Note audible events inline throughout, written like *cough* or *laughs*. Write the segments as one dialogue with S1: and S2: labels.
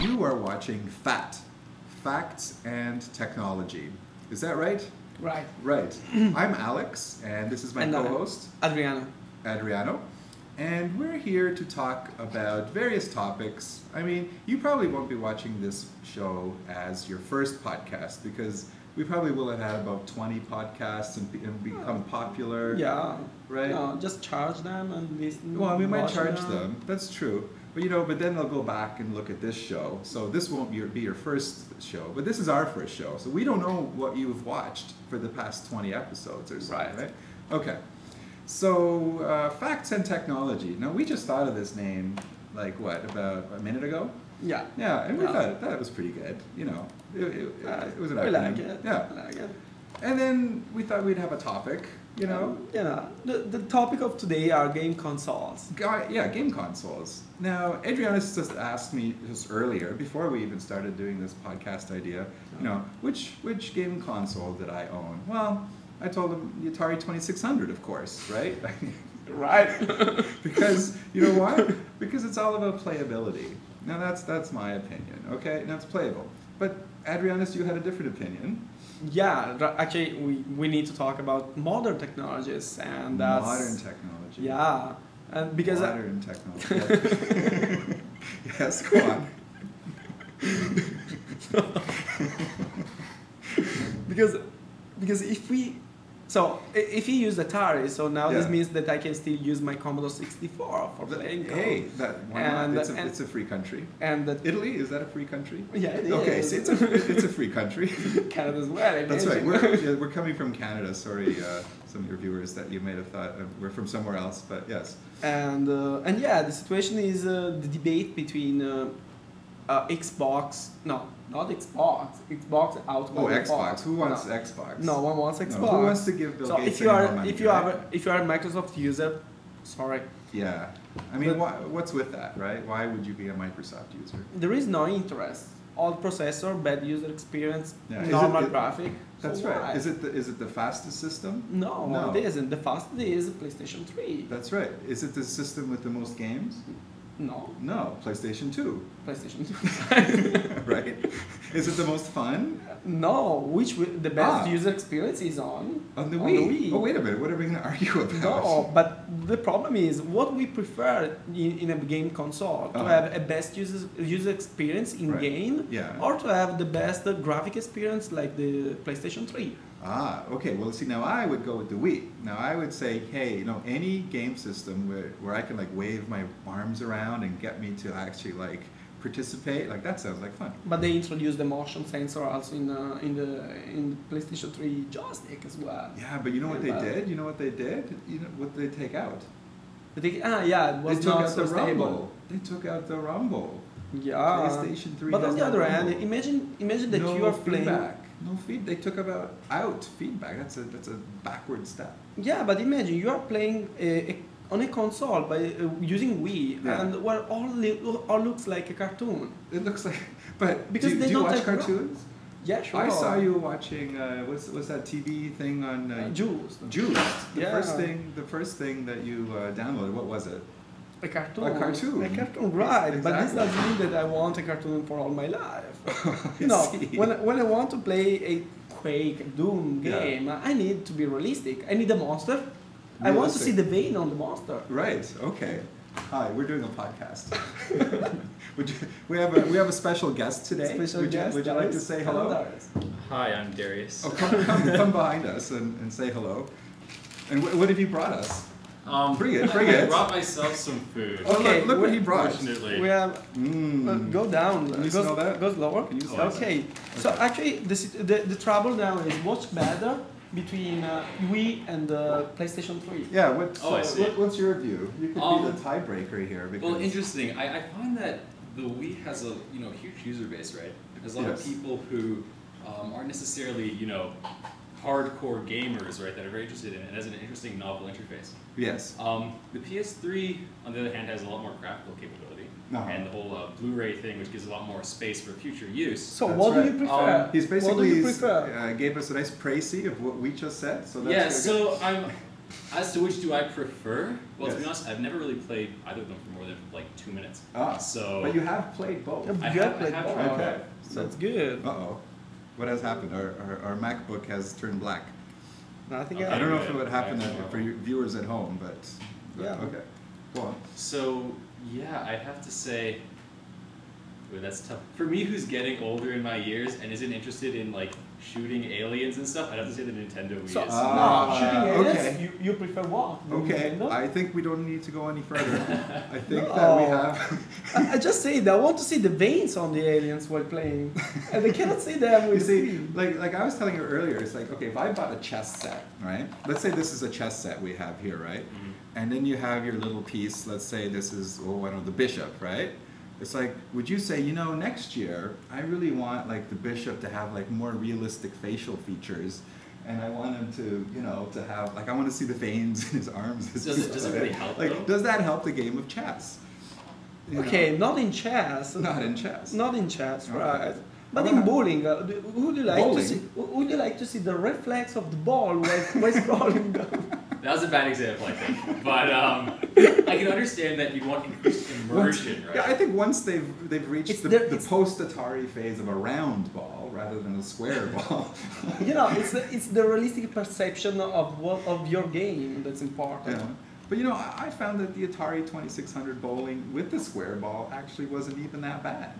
S1: You are watching FAT, Facts and Technology. Is that right?
S2: Right. *clears throat*
S1: Right. I'm Alex, and this is my
S2: And
S1: co
S2: I'm
S1: host,
S2: Adriano.
S1: Adriano. And we're here to talk about various topics. I mean, you probably won't be watching this show as your first podcast because we probably will have had about 20 podcasts and, be- and become popular.
S2: Oh. Yeah.
S1: Right.
S2: No, just charge them and listen.
S1: Well, we might
S2: watch
S1: charge them. That's true. But you know, but then they'll go back and look at this show. So this won't be your, be your first show, but this is our first show. So we don't know what you've watched for the past 20 episodes or something, right?
S2: Right.
S1: Okay. So uh, facts and technology. Now we just thought of this name like what about a minute ago?
S2: Yeah.
S1: Yeah, and we
S2: Yeah.
S1: thought that was pretty good. You know, it, it,
S2: Uh,
S1: it was an
S2: we like
S1: acronym.
S2: it.
S1: Yeah,
S2: we like it.
S1: and then we thought we'd have a topic. You know,
S2: Um, yeah. The, the topic of today are game consoles.
S1: Guy, yeah, game consoles. Now, Adrianus just asked me just earlier, before we even started doing this podcast idea, you know, which which game console did I own? Well, I told him the Atari Twenty Six Hundred, of course, right? *laughs* *laughs* right. because you know why? Because it's all about playability. Now that's that's my opinion. Okay, now it's playable. But Adrianus, you had a different opinion.
S2: *laughs* Yeah. ra- Actually, we, we need to talk about modern technologies and that's
S1: modern technology.
S2: Yeah. And because uh, I-
S1: modern technology. *laughs* yes, go on.
S2: because because if we so i- if you use Atari, so now this
S1: Yeah.
S2: means that I can still use my Commodore 64 for playing.
S1: Hey,
S2: games.
S1: that why
S2: And-
S1: not? It's a,
S2: and-
S1: it's a free country.
S2: And that
S1: Italy is that a free country?
S2: Yeah, it
S1: okay,
S2: is.
S1: so it's a it's a free
S2: *laughs*
S1: country.
S2: Canada as well. I
S1: That's right.
S2: imagine.
S1: We're, yeah, we're coming from Canada. Sorry, uh, some of your viewers that you may have thought uh, we're from somewhere else, but yes,
S2: *laughs* and uh, and yeah, the situation is uh, the debate between uh, uh, Xbox. No, not Xbox. Xbox out.
S1: Oh, Xbox. Who wants
S2: No.
S1: Xbox?
S2: No one wants
S1: No,
S2: Xbox.
S1: who wants to give Bill
S2: so
S1: Gates
S2: if you
S1: any
S2: are
S1: more money,
S2: if you
S1: right?
S2: are if you are a Microsoft user, sorry,
S1: yeah, I mean,
S2: But-
S1: why, what's with that, right? Why would you be a Microsoft user?
S2: there is no interest. Old processor, bad user experience,
S1: Yeah. Is it-
S2: normal
S1: it-
S2: graphic.
S1: That's
S2: So why?
S1: right. Is it the, is it the fastest system?
S2: No,
S1: No.
S2: it isn't. The fastest is PlayStation 3.
S1: That's right. Is it the system with the most games?
S2: No,
S1: No, PlayStation Two,
S2: PlayStation
S1: *laughs*
S2: 3.
S1: right? is it the most fun?
S2: *laughs* No, which wi- the
S1: Ah.
S2: best user experience is on
S1: On the
S2: On
S1: Wii.
S2: the Wii.
S1: Oh wait a minute, what are we going to argue about?
S2: No, but the problem is what we prefer in, in a game console to
S1: Uh-huh.
S2: have a best user user experience in
S1: Right.
S2: game,
S1: *laughs* Yeah.
S2: or to have the best uh, graphic experience like the PlayStation Three.
S1: Ah, okay. Well, see, now I would go with the Wii. Now I would say, hey, you know, any game system where, where I can like wave my arms around and get me to actually like participate, like that sounds like fun.
S2: But they introduced the motion sensor also in uh, in the in the PlayStation Three joystick as well.
S1: Yeah, but you know what they
S2: Yeah.
S1: did? You know what they did? You know what they take out?
S2: But they, ah, yeah, it
S1: They
S2: was
S1: took
S2: not
S1: out
S2: so
S1: the
S2: stable.
S1: rumble. They took out the rumble.
S2: Yeah.
S1: PlayStation 3
S2: Ah. But on
S1: doesn't
S2: the other
S1: have
S2: hand,
S1: rumble.
S2: imagine imagine that
S1: no
S2: you are playing.
S1: feedback. No feed. They took about out feedback. That's a that's a backward step.
S2: Yeah, but imagine you are playing a, a, on a console by uh, using Wii,
S1: Yeah.
S2: and where all li- all looks like a cartoon.
S1: It looks like, *laughs* but
S2: Because
S1: do,
S2: they
S1: do you
S2: don't
S1: watch
S2: have rum-
S1: cartoons?
S2: Yeah, sure.
S1: I saw you watching uh, what's what's that TV thing on
S2: Uh,
S1: uh,
S2: Jules,
S1: Juiced. The
S2: Yeah.
S1: first thing, the first thing that you uh, downloaded, what was it? *laughs*
S2: a cartoon.
S1: A cartoon.
S2: A cartoon, right? But this
S1: Exactly.
S2: doesn't mean that I want a cartoon for all my
S1: *laughs*
S2: life.
S1: I
S2: no,
S1: see.
S2: when I- when I want to play a Quake, Doom
S1: Yeah.
S2: game, I need to be realistic. I need a monster. I want to
S1: Realistic.
S2: see the vein on the monster.
S1: Right. Okay. Hi, we're doing a podcast. *laughs* would you, we have a we have a special guest today.
S2: Special
S1: would you,
S2: guest,
S1: would you like to
S2: Darius.
S1: say hello?
S2: Darius.
S3: Hi, I'm Darius.
S1: Oh, come, come, come behind us and, and say hello. And wh- what have you brought us?
S3: Um,
S1: Bring it,
S3: I-
S1: bring
S3: I
S1: it.
S3: brought myself some food.
S1: Oh,
S2: Okay,
S1: look, look what
S2: we-
S1: he brought.
S3: Fortunately.
S2: We have
S1: Mm.
S2: Uh, go down.
S1: Can you
S2: goes,
S1: smell that?
S2: goes lower.
S1: Can you smell that?
S2: okay. So
S1: Okay.
S2: actually, the, sit- the the trouble now is what's better between uh, Wii and uh, PlayStation Three.
S1: Yeah, what,
S3: Oh, I
S1: so
S3: see.
S1: what- what's your view? You could
S3: Um,
S1: be the tiebreaker here because
S3: Well, interesting. I, I find that the Wii has a you know huge user base, right? There's a lot
S1: Yes.
S3: of people who um, aren't necessarily you know hardcore gamers, right? That are very interested in it. It has an interesting novel interface.
S1: yes,
S3: Um, the PS3, on the other hand, has a lot more graphical capability,
S1: Uh-huh.
S3: and the whole uh, Blu-ray thing, which gives a lot more space for future use.
S2: So
S1: That's
S2: what
S1: right.
S2: do you prefer?
S3: Um,
S1: he's
S2: what do
S1: basically
S2: you prefer?
S1: Uh, gave us a nice précis of what we just said. So that's
S3: yeah,
S1: good.
S3: so I'm As to which do I prefer? Well, to be
S1: Yes.
S3: honest, I've never really played either of them for more than like two minutes.
S1: Ah,
S3: So-
S1: but you have played both.
S2: Yeah,
S1: Uh
S2: but-
S3: I
S2: You
S3: have,
S2: have
S3: I
S2: played
S3: have
S2: both.
S3: tried
S1: Okay.
S3: that.
S1: So-
S2: That's good.
S1: oh, what has happened? Our, our our MacBook has turned black.
S2: I think
S1: I
S3: Okay.
S2: I,
S1: don't know if it
S3: good.
S1: would happen
S3: Back to
S1: to-
S3: normal.
S1: for your viewers at home, but, but
S2: Yeah.
S1: okay, go on.
S3: So yeah, I'd have to say. Boy, that's tough. For me, who's getting older in my years and isn't interested in like shooting aliens and stuff, I'd have to say the Nintendo Wii
S2: so,
S3: is.
S1: Ah,
S2: no, shooting aliens,
S1: okay.
S2: you, you prefer what? The
S1: Okay,
S2: Nintendo?
S1: I think we don't need to go any further.
S2: *laughs*
S1: I think that we
S2: No. *laughs*
S1: have.
S2: *laughs* I, I just said I want to see the veins on the aliens while
S1: *laughs*
S2: playing, and I cannot see them
S1: You
S2: with
S1: see,
S2: the-
S1: like like I was telling you earlier, it's like okay, if I bought a chess set, right? Let's say this is a chess set we have here, right?
S3: Mhm.
S1: And then you have your little piece. Let's say this is oh I don't know the bishop, right? It's like, would you say, you know, next year I really want like the bishop to have like more realistic facial features, and I want him to, you know, to have like I want to see the veins in his arms. and
S3: Does it-
S1: stuff like
S3: does it
S1: that.
S3: really help,
S1: Like,
S3: though?
S1: does that help the game of chess? You know?
S2: Okay, not in chess.
S1: not in chess.
S2: Not in chess,
S1: Okay.
S2: right? But
S1: Okay.
S2: in bowling, uh, do, would you like
S1: Bowling?
S2: to see? who- Would you like to see the reflex of the ball *laughs* while, while scrolling down?
S3: That was a bad example, I think. But um, I can understand that you want increased immersion, right?
S1: Yeah, I think once they've they've
S2: It's
S1: reached the,
S2: their-
S1: the
S2: it's-
S1: post Atari phase of a round ball rather than a square *laughs* ball.
S2: You know, it's the, it's the realistic perception of what of your game that's important.
S1: yeah. But you know, I, I found that the Atari 2600 bowling with the square ball actually wasn't even that bad.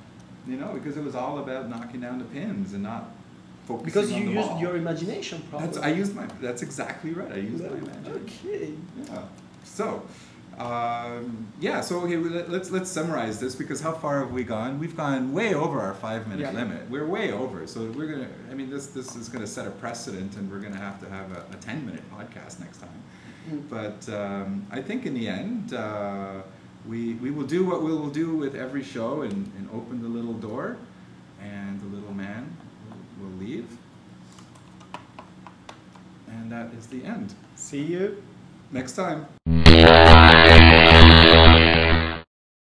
S1: You know, because it was all about knocking down the pins and not focusing
S2: Because
S1: on
S2: you
S1: the
S2: used
S1: ball.
S2: your imagination, probably.
S1: That's I used my. That's exactly right. I used my imagination.
S2: Okay.
S1: Yeah. So, um, yeah. So okay, we- let, let's let's summarize this because how far have we gone? We've gone way over our five minute
S2: Yeah.
S1: limit. We're way over. So we're gonna. I mean, this this is gonna set a precedent, and we're gonna have to have a, a ten minute podcast next time.
S2: Mm.
S1: But um, I think in the end. Uh, we, we will do what we will do with every show and, and open the little door, and the little man will, will leave. And that is the end.
S2: See you.
S1: Next time.